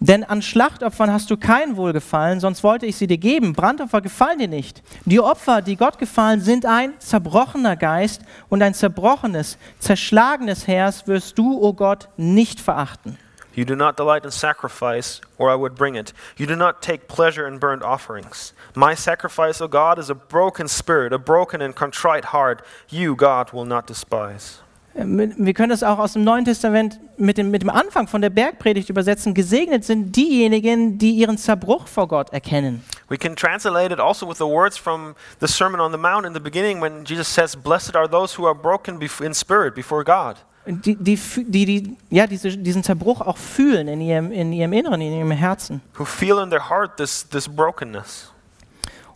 C: Denn an Schlachtopfern hast du kein Wohlgefallen, sonst wollte ich sie dir geben. Brandopfer gefallen dir nicht. Die Opfer, die Gott gefallen, sind ein zerbrochener Geist und ein zerbrochenes, zerschlagenes Herz wirst du, o Gott, nicht verachten.
B: You do not delight in sacrifice, or I would bring it. You do not take pleasure in burnt offerings. My sacrifice, O God, is a broken spirit, a broken and contrite heart. You, God, will not despise.
C: Ähm, Wir können das auch aus dem Neuen Testament mit dem, mit dem Anfang von der Bergpredigt übersetzen. Gesegnet sind diejenigen, die ihren Zerbruch vor Gott erkennen.
B: We can translate it also with the words from the Sermon on the Mount in the beginning when Jesus says, Blessed are those who are broken bef- in spirit before God.
C: Die, die, fü- die, die ja, diese, diesen Zerbruch auch fühlen in ihrem, in ihrem Inneren, in ihrem Herzen.
B: Who feel in their heart this, this brokenness.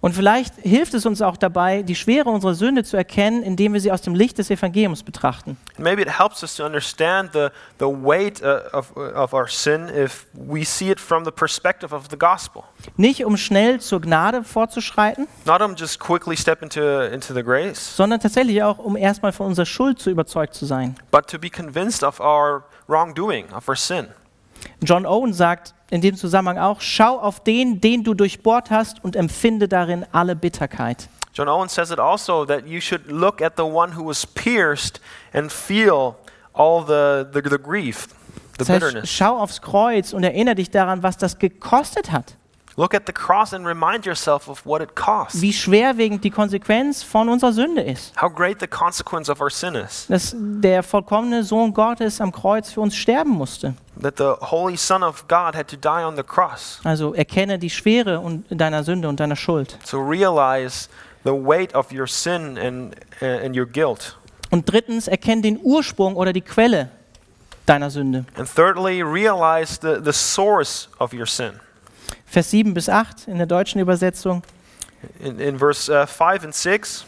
C: Und vielleicht hilft es uns auch dabei, die Schwere unserer Sünde zu erkennen, indem wir sie aus dem Licht des Evangeliums betrachten.
B: Maybe it helps us to understand the, the weight uh, of, of our sin if we see it from the perspective of the gospel.
C: Nicht um schnell zur Gnade vorzuschreiten,
B: Not um just quickly step into, into the grace,
C: sondern tatsächlich auch, um erstmal von unserer Schuld zu überzeugt zu sein.
B: but to be convinced of our wrongdoing, of our sin.
C: John Owen sagt in dem Zusammenhang auch, schau auf den, den du durchbohrt hast und empfinde darin alle Bitterkeit.
B: John Owen says it also that you should look at the one who was pierced and feel all the, the, the grief, the
C: Das heißt,
B: bitterness.
C: schau aufs Kreuz und erinnere dich daran, was das gekostet hat.
B: Look at the cross and remind yourself of what it cost.
C: Wie schwerwiegend die Konsequenz von unserer Sünde ist.
B: How great the consequence of our sin is.
C: Dass der vollkommene Sohn Gottes am Kreuz für uns sterben musste.
B: That the Holy Son of God had to die on the cross.
C: Also erkenne die Schwere und deiner Sünde und deiner Schuld.
B: So realize the weight of your sin and, and your guilt.
C: Und drittens, erkenne den Ursprung oder die Quelle deiner Sünde.
B: And thirdly, realize the, the source of your sin.
C: Vers 7 bis 8 in der deutschen Übersetzung.
B: In, in verse uh, 5 and 6,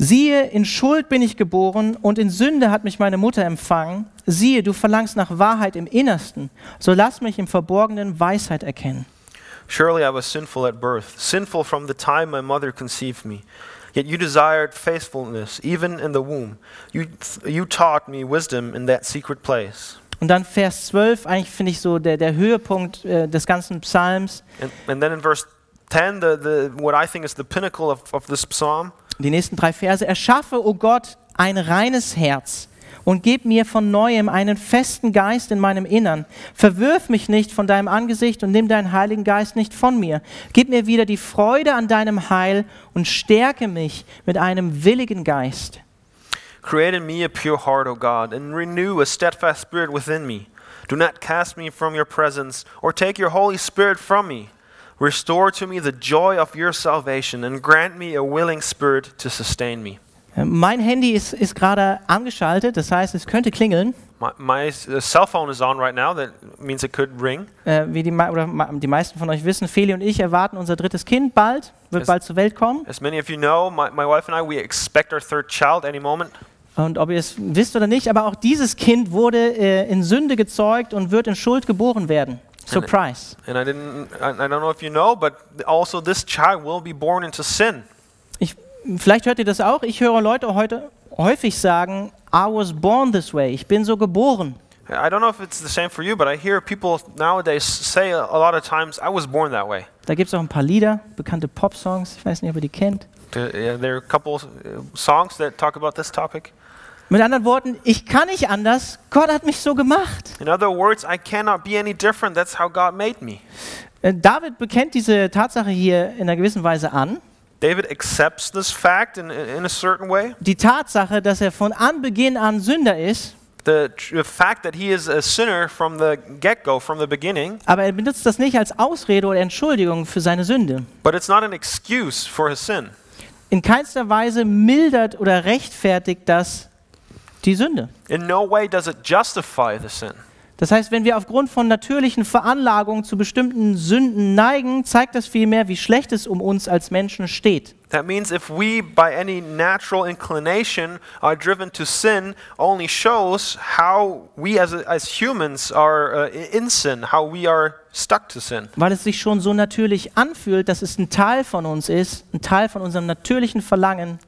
C: Siehe, in Schuld bin ich geboren und in Sünde hat mich meine Mutter empfangen. Siehe, du verlangst nach Wahrheit im Innersten, so lass mich im Verborgenen Weisheit erkennen.
B: Surely I was sinful at birth, sinful from the time my mother conceived me. Yet you desired faithfulness, even in the womb. You, you taught me wisdom in that secret place.
C: Und dann Vers 12, eigentlich finde ich so der, der Höhepunkt äh, des ganzen Psalms.
B: And, and then in verse 10, the, the, what I think is the pinnacle of, of this psalm
C: Die nächsten drei Verse. Erschaffe, o Gott, ein reines Herz und gib mir von neuem einen festen Geist in meinem Innern. Verwirf mich nicht von deinem Angesicht und nimm deinen Heiligen Geist nicht von mir. Gib mir wieder die Freude an deinem Heil und stärke mich mit einem willigen Geist.
B: Create in me a pure heart, O God, and renew a steadfast spirit within me. Do not cast me from your presence, or take your Holy Spirit from me. Restore to me the joy of your salvation, and grant me a willing spirit to sustain me.
C: Äh, Mein Handy ist, ist gerade angeschaltet, das heißt, es könnte klingeln,
B: My, my s- uh, cell phone is on right now. That means it could ring.
C: äh, wie die, mei- oder ma- die meisten von euch wissen. Feli und ich erwarten unser drittes Kind bald, wird
B: Es-
C: bald zur Welt kommen.
B: As many of you know, my, my wife and I, we expect our third child any moment.
C: Und ob ihr es wisst oder nicht, aber auch dieses Kind wurde äh, in Sünde gezeugt und wird in Schuld geboren werden. Surprise.
B: And I didn't, I, I don't know if you know, but also this child will be born into sin.
C: Ich, vielleicht hört ihr das auch. Ich höre Leute heute häufig sagen, I was born this way. Ich bin so geboren.
B: I don't know if it's the same for you, but I hear people nowadays say a a lot of times, I was born that way.
C: Da gibt es auch ein paar Lieder, bekannte Popsongs. Ich weiß nicht, ob ihr die kennt.
B: There- yeah, There are a couple uh, songs that talk about this topic.
C: Mit anderen Worten, ich kann nicht anders. Gott hat mich so gemacht.
B: In other words, I cannot be any different. That's how God made me.
C: Äh, David bekennt diese Tatsache hier in einer gewissen Weise an.
B: David accepts this fact in, in in a certain way.
C: Die Tatsache, dass er von Anbeginn an Sünder ist,
B: The tr- fact that he is a sinner from the get go, from the beginning,
C: aber er benutzt das nicht als Ausrede oder Entschuldigung für seine Sünde.
B: but it's not an excuse for his sin.
C: In keinster Weise mildert oder rechtfertigt das die Sünde.
B: In no way does it justify the sin.
C: Das heißt, wenn wir aufgrund von natürlichen Veranlagungen zu bestimmten Sünden neigen, zeigt das vielmehr, wie schlecht es um uns als Menschen steht.
B: That means if we, by any natural inclination, are driven to sin, only shows how we as, as humans are uh, i- in sin, how we are stuck to sin.
C: Weil es sich schon so natürlich anfühlt, dass es ein Teil von uns ist, ein Teil von unserem natürlichen Verlangen,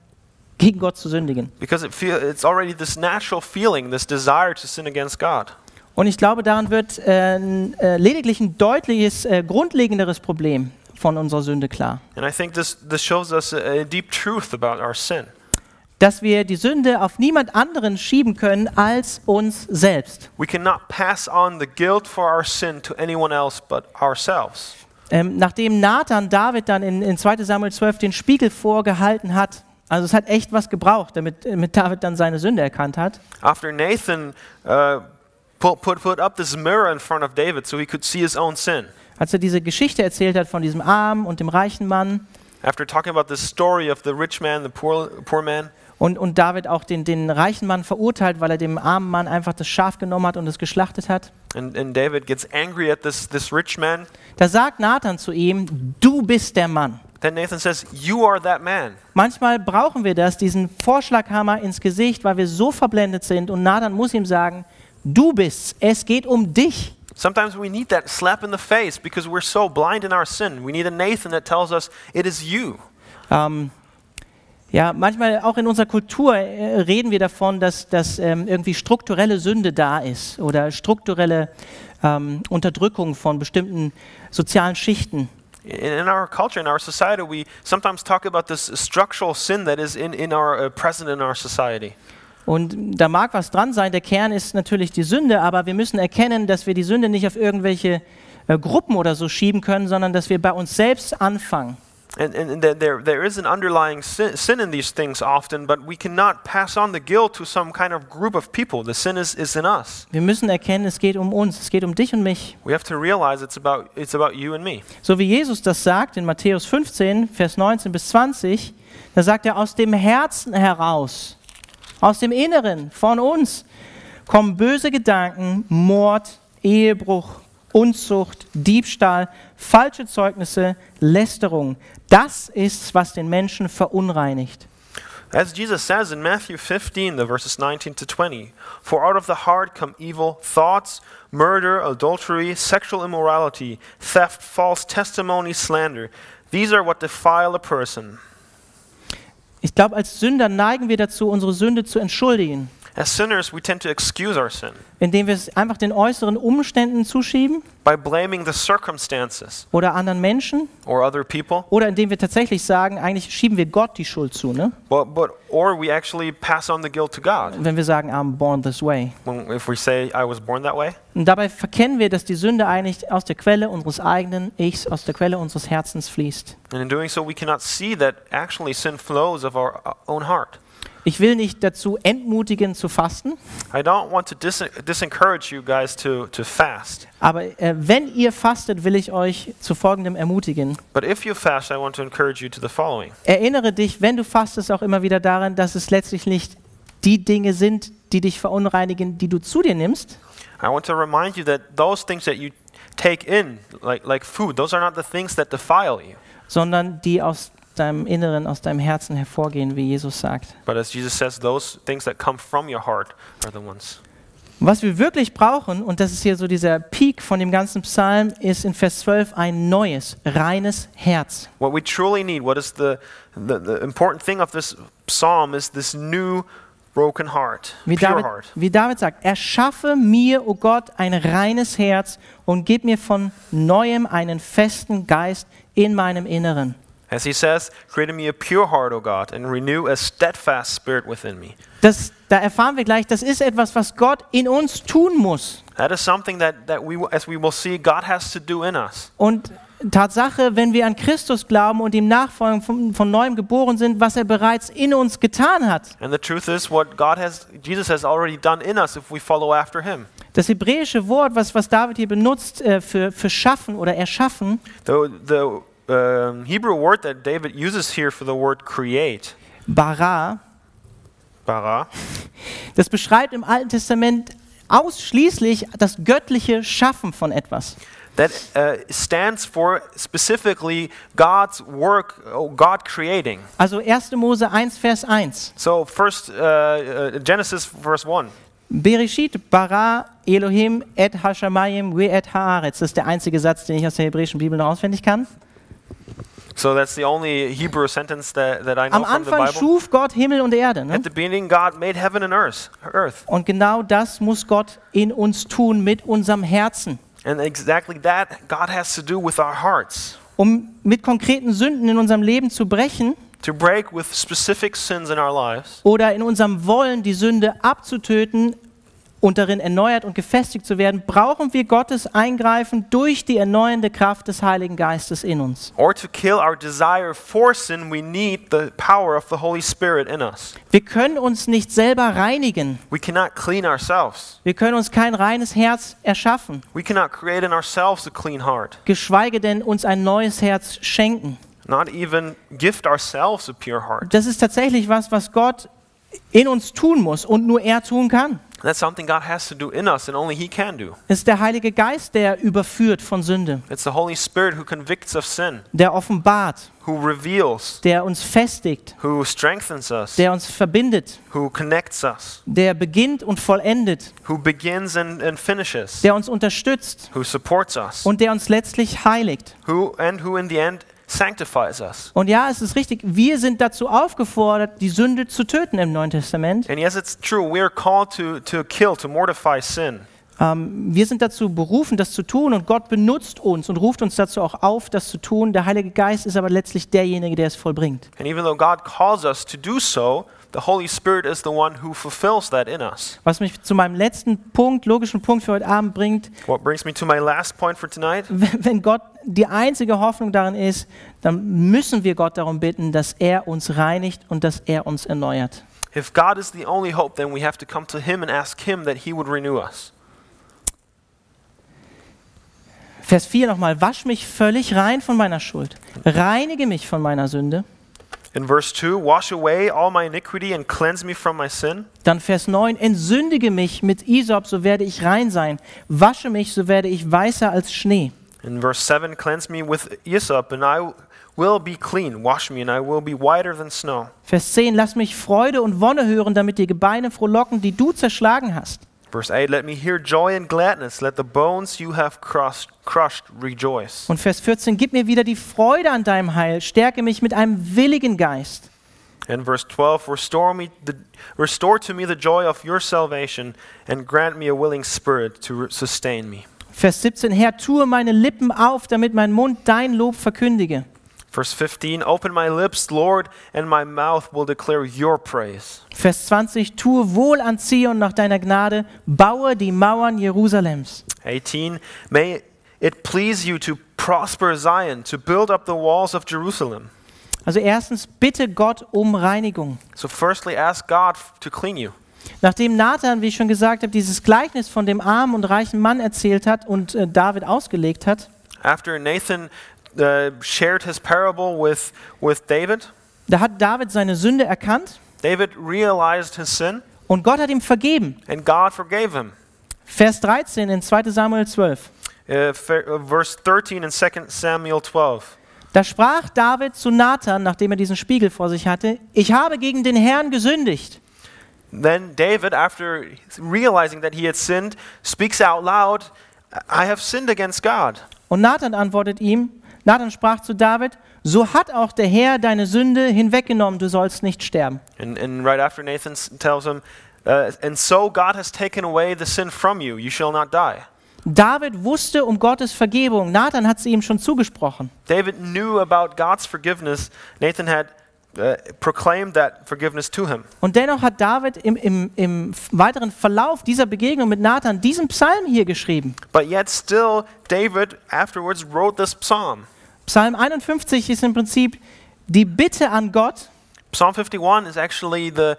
C: gegen Gott zu sündigen.
B: Because it feel, it's already this natural feeling, this desire to sin against God.
C: Und ich glaube, daran wird äh, n- äh, lediglich ein deutliches, äh, grundlegenderes Problem von unserer Sünde klar.
B: And I think this, this shows us a, a deep truth about our sin.
C: Dass wir die Sünde auf niemand anderen schieben können als uns selbst.
B: We cannot pass on the guilt for our sin to anyone else but ourselves.
C: Ähm, nachdem Nathan David dann in, in 2 Samuel 12 den Spiegel vorgehalten hat, also es hat echt was gebraucht, damit, damit David dann seine Sünde erkannt hat,
B: After Nathan uh, put, put, put up this mirror in front of David so he could see his own sin.
C: als er diese Geschichte erzählt hat von diesem armen und dem reichen Mann
B: After talking about this story of the rich man, the poor, poor man,
C: und, und David auch den, den reichen Mann verurteilt, weil er dem armen Mann einfach das Schaf genommen hat und es geschlachtet hat,
B: and, and David gets angry at this, this rich man,
C: da sagt Nathan zu ihm, du bist der Mann.
B: then Nathan says, You are that man.
C: Manchmal brauchen wir das, diesen Vorschlaghammer ins Gesicht, weil wir so verblendet sind und Nathan muss ihm sagen, du bist's, es geht um dich.
B: Sometimes we need that slap in the face because we're so blind in our sin. We need a Nathan that tells us, It is you.
C: Ähm, Ja, manchmal auch in unserer Kultur äh, reden wir davon, dass, dass ähm, irgendwie strukturelle Sünde da ist oder strukturelle ähm, Unterdrückung von bestimmten sozialen Schichten.
B: In, in our culture, in our society, we sometimes talk about this structural sin that is in, in our uh, present in our society.
C: Und da mag was dran sein, der Kern ist natürlich die Sünde, aber wir müssen erkennen, dass wir die Sünde nicht auf irgendwelche äh, Gruppen oder so schieben können, sondern dass wir bei uns selbst anfangen.
B: And, and, and there- there, there is an underlying sin, sin in these things often, but we cannot pass on the guilt to some kind of group of people. The sin is, is in us.
C: Wir müssen erkennen, es geht um uns, es geht um dich und mich.
B: We have to realize it's about, it's about you and me.
C: So wie Jesus das sagt in Matthäus 15, Vers 19 bis 20, da sagt er, aus dem Herzen heraus, aus dem Inneren von uns kommen böse Gedanken, Mord, Ehebruch, Unzucht, Diebstahl, falsche Zeugnisse, Lästerung. Das ist, was den Menschen verunreinigt.
B: As Jesus says in Matthew 15, the verses 19 to 20, For out of the heart come evil thoughts, murder, adultery, sexual immorality, theft, false testimony, slander. These are what defile a person.
C: Ich glaube, als Sünder neigen wir dazu, unsere Sünde zu entschuldigen,
B: As sinners, we tend to excuse our sin
C: indem wir es einfach den äußeren Umständen zuschieben
B: by blaming the circumstances
C: oder anderen Menschen.
B: or other people.
C: Oder indem wir tatsächlich sagen, eigentlich schieben wir Gott die Schuld zu, ne?
B: But, but or we actually pass on the guilt to God
C: wenn wir sagen, I'm born this way.
B: when, if we say I was born that way.
C: Und dabei verkennen wir, dass die Sünde eigentlich aus der Quelle unseres eigenen Ichs, aus der Quelle unseres Herzens fließt.
B: And in doing so, we cannot see that actually sin flows of our uh, own heart.
C: Ich will nicht dazu entmutigen zu fasten,
B: I don't want to dis- disencourage you guys to, to fast.
C: aber äh, wenn ihr fastet, will ich euch zu folgendem ermutigen.
B: But if you fast, I want to encourage you to the following.
C: Erinnere dich, wenn du fastest, auch immer wieder daran, dass es letztlich nicht die Dinge sind, die dich verunreinigen, die du zu dir nimmst,
B: I want to remind you that those things that you take in, like, like food, those are not the things that defile you.
C: sondern die aus deinem Inneren, aus deinem Herzen hervorgehen, wie Jesus sagt.
B: But as Jesus says, those things that come from your heart are the ones.
C: Was wir wirklich brauchen, und das ist hier so dieser Peak von dem ganzen Psalm, ist in Vers 12 ein neues, reines Herz.
B: What we truly need, what is the, the, the important thing of this psalm, is this new broken heart,
C: Wie
B: pure
C: David,
B: heart.
C: wie David sagt, erschaffe mir, o Gott, ein reines Herz und gib mir von neuem einen festen Geist in meinem Inneren.
B: As he says, create in me a pure heart, O God, and renew a steadfast spirit within me.
C: Das, da erfahren wir gleich, das ist etwas, was Gott in uns tun muss.
B: That is something that, that we, as we will see, God has to do in us.
C: Und Tatsache, wenn wir an Christus glauben und ihm nachfolgen, von, von neuem geboren sind, was er bereits in uns getan hat.
B: And the truth is, what God has, Jesus has already done in us if we follow after him.
C: Das hebräische Wort, was, was David hier benutzt äh, für, für schaffen oder erschaffen,
B: The, the um, Hebrew word that David uses here for the word create,
C: bara,
B: bara,
C: das beschreibt im Alten Testament ausschließlich das göttliche Schaffen von etwas.
B: that uh, stands for specifically God's work, oh, God creating.
C: Also 1. Mose 1, Vers 1.
B: So first, uh, uh, Genesis verse 1.
C: Bereshit, bara, Elohim, et hashamayim, we et haaretz. Das ist der einzige Satz, den ich aus der hebräischen Bibel noch auswendig kann.
B: So that's the only Hebrew sentence that, that I know from
C: Am
B: the
C: Anfang
B: Genau Bible.
C: schuf Gott Himmel und Erde. Ne?
B: At the beginning, God made heaven and earth. earth.
C: Und genau das muss Gott in uns tun, mit unserem Herzen.
B: And exactly that God has to do with our hearts.
C: Um mit konkreten Sünden in unserem Leben zu brechen,
B: To break with specific sins in our lives,
C: oder in unserem Wollen, die Sünde abzutöten und darin erneuert und gefestigt zu werden, brauchen wir Gottes Eingreifen durch die erneuernde Kraft des Heiligen Geistes in uns.
B: or to kill our desire for sin, we need the power of the Holy Spirit in us.
C: Wir können uns nicht selber reinigen.
B: We cannot clean ourselves.
C: Wir können uns kein reines Herz erschaffen,
B: We cannot create in ourselves a clean heart,
C: geschweige denn uns ein neues Herz schenken.
B: not even gift ourselves a pure heart.
C: Das ist tatsächlich was, was Gott in uns tun muss und nur er tun kann.
B: That's something God has to do in us, and only He can do.
C: Es ist der Heilige Geist, der überführt von Sünde,
B: It's the Holy Spirit who convicts of sin,
C: der offenbart,
B: who reveals,
C: der uns festigt,
B: who strengthens us,
C: der uns verbindet,
B: who connects us.
C: der beginnt und vollendet,
B: who begins and, and finishes,
C: der uns unterstützt
B: who supports us,
C: und der uns letztlich heiligt.
B: who and who in the end sanctifies us.
C: Und ja, es ist richtig, wir sind dazu aufgefordert, die Sünde zu töten im Neuen Testament.
B: And yes, it's true, we are called to, to kill, to mortify sin.
C: Ähm, Wir sind dazu berufen, das zu tun und Gott benutzt uns und ruft uns dazu auch auf, das zu tun. Der Heilige Geist ist aber letztlich derjenige, der es vollbringt.
B: And even though God calls us to do so, the Holy Spirit is the one who fulfills that in us.
C: Was mich zu meinem letzten Punkt, logischen Punkt für heute Abend bringt,
B: What brings me to my last point for tonight.
C: wenn wenn Gott die einzige Hoffnung darin ist, dann müssen wir Gott darum bitten, dass er uns reinigt und dass er uns erneuert.
B: If God is the only hope, then we have to come to Him and ask Him that He would renew us.
C: Vers 4 nochmal, wasch mich völlig rein von meiner Schuld, reinige mich von meiner Sünde.
B: In verse 2, wash away all my iniquity and cleanse me from my sin.
C: Dann Vers 9, entsündige mich mit Isop, so werde ich rein sein, wasche mich, so werde ich weißer als Schnee.
B: In verse 7, cleanse me with hyssop and I will be clean. Wash me and I will be whiter than snow.
C: Vers 10, lass mich Freude und Wonne hören, damit die Gebeine frohlocken, die du zerschlagen hast.
B: Verse 8, let me hear joy and gladness. Let the bones you have crushed, crushed rejoice.
C: Und Vers 14, gib mir wieder die Freude an deinem Heil, stärke mich mit einem willigen Geist.
B: And verse 12, restore, me the, restore to me the joy of your salvation and grant me a willing spirit to re- sustain me.
C: Vers 17, Herr, tue meine Lippen auf, damit mein Mund dein Lob verkündige.
B: Verse 15, open my lips, Lord, and my mouth will declare your praise.
C: Vers 20, tue wohl an Zion nach deiner Gnade, baue die Mauern Jerusalems.
B: 18, may it please you to prosper Zion, to build up the walls of Jerusalem.
C: Also erstens, bitte Gott um Reinigung.
B: So, firstly, ask God f- to clean you.
C: Nachdem Nathan, wie ich schon gesagt habe, dieses Gleichnis von dem armen und reichen Mann erzählt hat und äh, David ausgelegt hat,
B: After Nathan uh, shared his parable with, with David,
C: da hat David seine Sünde erkannt
B: David realized his sin
C: und Gott hat ihm vergeben.
B: and God forgave him.
C: Vers 13 in 2 Samuel 12.
B: Uh, fer- uh, verse 13 in 2 Samuel 12.
C: Da sprach David zu Nathan, nachdem er diesen Spiegel vor sich hatte, ich habe gegen den Herrn gesündigt.
B: Then David, after realizing that he had sinned, speaks out loud, I have sinned against God.
C: Und Nathan antwortet ihm, Nathan sprach zu David, so hat auch der Herr deine Sünde hinweggenommen, du sollst nicht sterben.
B: And, and right after Nathan s- tells him, uh, And so God has taken away the sin from you, you shall not die.
C: David wusste um Gottes Vergebung, Nathan hat sie ihm schon zugesprochen.
B: David knew about God's forgiveness. Nathan had uh, proclaimed that forgiveness to him.
C: Und dennoch hat David im, im, im weiteren Verlauf dieser Begegnung mit Nathan diesen Psalm hier geschrieben.
B: But yet, still, David afterwards wrote this psalm.
C: Psalm 51 ist im Prinzip die Bitte an Gott,
B: Psalm 51 is actually the,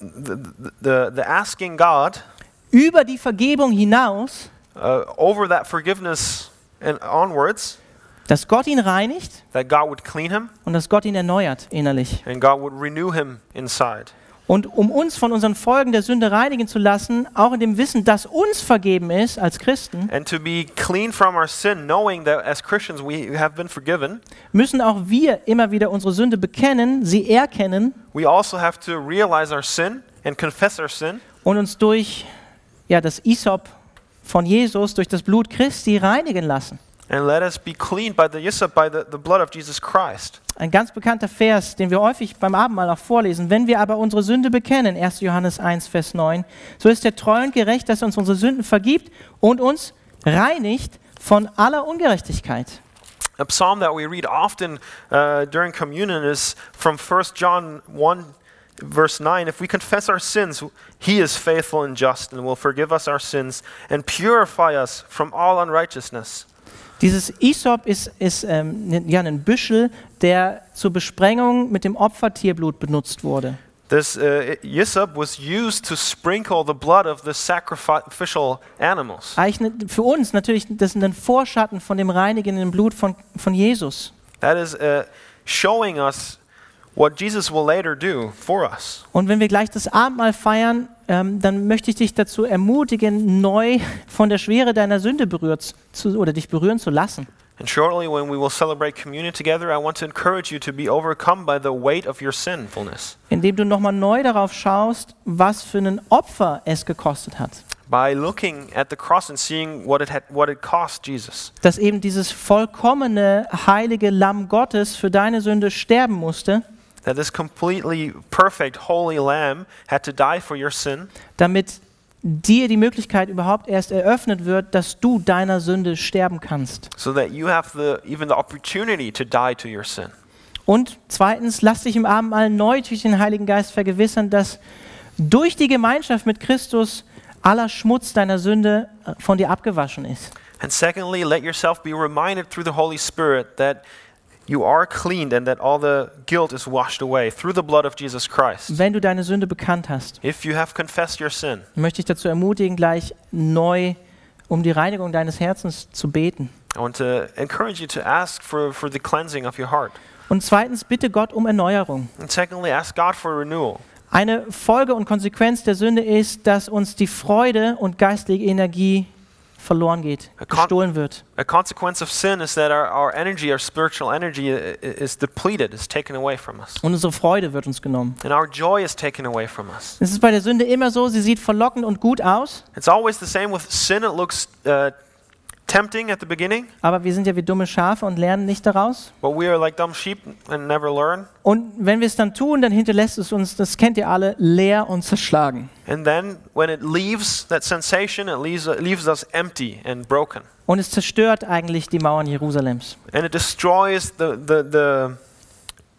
B: the, the, the, the asking God
C: über die Vergebung hinaus,
B: uh, over that forgiveness and onwards
C: dass Gott ihn reinigt
B: that God would clean him
C: und dass Gott ihn erneuert innerlich.
B: and God would renew him inside.
C: Und um uns von unseren Folgen der Sünde reinigen zu lassen, auch in dem Wissen, dass uns vergeben ist als Christen,
B: And to be clean from our sin, knowing that as Christians we have been forgiven,
C: müssen auch wir immer wieder unsere Sünde bekennen, sie erkennen
B: we also have to realize our sin and confess our sin
C: und uns durch ja, das Isop von Jesus, durch das Blut Christi reinigen lassen.
B: and let us be cleaned by the hyssop, by the, the blood of Jesus Christ.
C: Ein ganz bekannter Vers, den wir häufig beim Abendmahl auch vorlesen. Wenn wir aber unsere Sünde bekennen, 1. Johannes 1, Vers 9, so ist der treu und gerecht, dass er uns unsere Sünden vergibt und uns reinigt von aller Ungerechtigkeit.
B: A psalm that we read often uh, during communion is from 1 John 1, verse 9. If we confess our sins, he is faithful and just and will forgive us our sins and purify us from all unrighteousness.
C: Dieses Isop ist, ist ähm, ne- ja, ein Büschel, der zur Besprengung mit dem Opfertierblut benutzt wurde.
B: This uh, hyssop was used to sprinkle the blood of the sacrificial animals.
C: Eignet ne, für uns natürlich, das ist ein Vorschatten von dem reinigenden Blut von, von Jesus.
B: That is uh, showing us what Jesus will later do for us.
C: Und wenn wir gleich das Abendmahl feiern, ähm, dann möchte ich dich dazu ermutigen, neu von der Schwere deiner Sünde berührt zu, oder dich berühren zu lassen.
B: And shortly, when we will celebrate communion together, I want to encourage you to be overcome by the weight of your sinfulness
C: Indem du nochmal neu darauf schaust, was für ein Opfer es gekostet hat.
B: by looking at the cross and seeing what it, had, what it cost Jesus.
C: dass eben dieses vollkommene, heilige Lamm Gottes für deine Sünde sterben musste,
B: That this completely perfect, holy lamb had to die for your sin
C: damit dir die Möglichkeit überhaupt erst eröffnet wird, dass du deiner Sünde sterben kannst.
B: so that you have the, even the opportunity to die to your sin.
C: Und zweitens, lass dich im Abendmahl neu durch den Heiligen Geist vergewissern, dass durch die Gemeinschaft mit Christus aller Schmutz deiner Sünde äh, von dir abgewaschen ist.
B: And secondly, let yourself be reminded through the Holy Spirit that you are cleaned and that all the guilt is washed away through the blood of Jesus Christ.
C: Wenn du deine Sünde bekannt hast,
B: If you have confessed your sin,
C: möchte ich dazu ermutigen, gleich neu um die Reinigung deines Herzens zu beten.
B: I want to encourage you to ask for, for the cleansing of your heart.
C: Und zweitens, bitte Gott um Erneuerung.
B: And secondly, ask God for renewal.
C: Eine Folge und Konsequenz der Sünde ist, dass uns die Freude und geistige Energie verloren geht, gestohlen wird.
B: A consequence of sin is that our, our energy, our spiritual energy, i- i- is depleted, is taken away from us.
C: Und unsere Freude wird uns genommen.
B: And our joy is taken away from us.
C: Es ist bei der Sünde immer so, sie sieht verlockend und gut aus,
B: It's always the same with sin. It looks uh, tempting at the beginning,
C: aber wir sind ja wie dumme Schafe und lernen nicht daraus.
B: but we are like dumb sheep and never learn.
C: Und wenn wir es dann tun, dann hinterlässt es uns, das kennt ihr alle, leer und zerschlagen.
B: And then when it leaves that sensation, it leaves, it leaves us empty and broken.
C: Und es zerstört eigentlich die Mauern Jerusalems,
B: And it destroys the, the, the,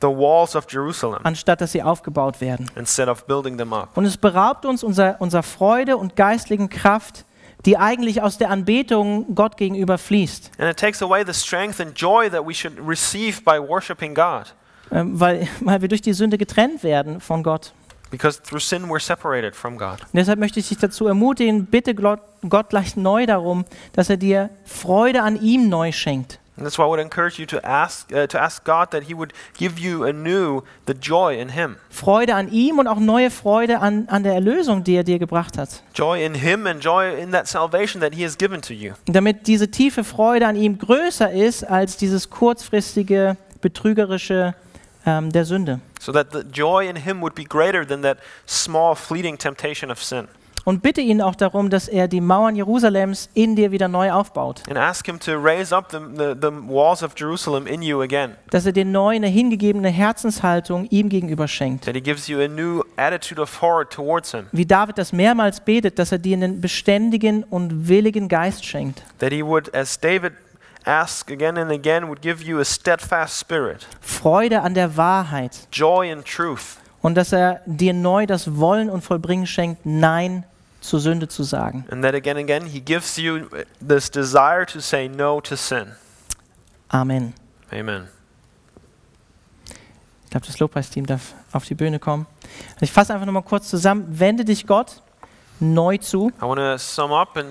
B: the walls of Jerusalem
C: anstatt dass sie aufgebaut werden.
B: instead of building them up.
C: Und es beraubt uns unserer unser Freude und geistlichen Kraft, die eigentlich aus der Anbetung Gott gegenüber fließt.
B: And it takes away the strength and joy that we should receive by worshiping God.
C: Ähm, weil, weil wir durch die Sünde getrennt werden von Gott.
B: Because through sin we're separated from God.
C: Und deshalb möchte ich dich dazu ermutigen, bitte Gott, Gott gleich neu darum, dass er dir Freude an ihm neu schenkt.
B: And that's why I would encourage you to ask, uh, to ask God that He would give you anew the joy in Him.
C: Freude an ihm und auch neue Freude an, an der Erlösung, die er dir gebracht hat.
B: Joy in Him and joy in that salvation that He has given to you.
C: Und damit diese tiefe Freude an ihm größer ist als dieses kurzfristige, betrügerische ähm, der Sünde.
B: So that the joy in Him would be greater than that small, fleeting temptation of sin.
C: Und bitte ihn auch darum, dass er die Mauern Jerusalems in dir wieder neu aufbaut.
B: And ask Him to raise up the, the, the walls of Jerusalem in you again.
C: Dass er dir neu eine hingegebene Herzenshaltung ihm gegenüber schenkt.
B: That He gives you a new attitude of heart towards Him.
C: wie David das mehrmals betet, dass er dir einen beständigen und willigen Geist schenkt.
B: That He would, as David asked again and again, would give you a steadfast spirit,
C: Freude an der Wahrheit
B: joy in truth.
C: und dass er dir neu das Wollen und Vollbringen schenkt, Nein zur Sünde zu sagen.
B: And that again and again, he gives you this desire to say no to sin.
C: Amen.
B: Amen.
C: Ich glaube, das Lobpreisteam darf auf die Bühne kommen. Also Ich fasse einfach nochmal kurz zusammen. Wende dich Gott neu zu.
B: I want to sum up and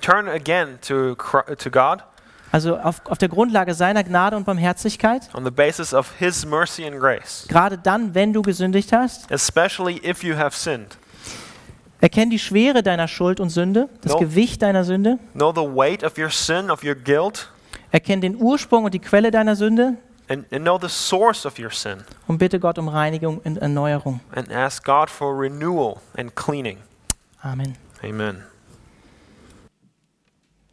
B: turn again to, Chri- to God
C: Also auf, auf der Grundlage seiner Gnade und Barmherzigkeit.
B: on the basis of his mercy and grace,
C: Gerade dann, wenn du gesündigt hast.
B: especially if you have sinned.
C: Erkenn die Schwere deiner Schuld und Sünde, das
B: No.
C: Gewicht deiner Sünde.
B: Know the weight of your sin, of your guilt,
C: Erkenn den Ursprung und die Quelle deiner Sünde,
B: and, and know the source of your sin,
C: und bitte Gott um Reinigung und Erneuerung.
B: and ask God for renewal and cleaning.
C: Amen.
B: Amen.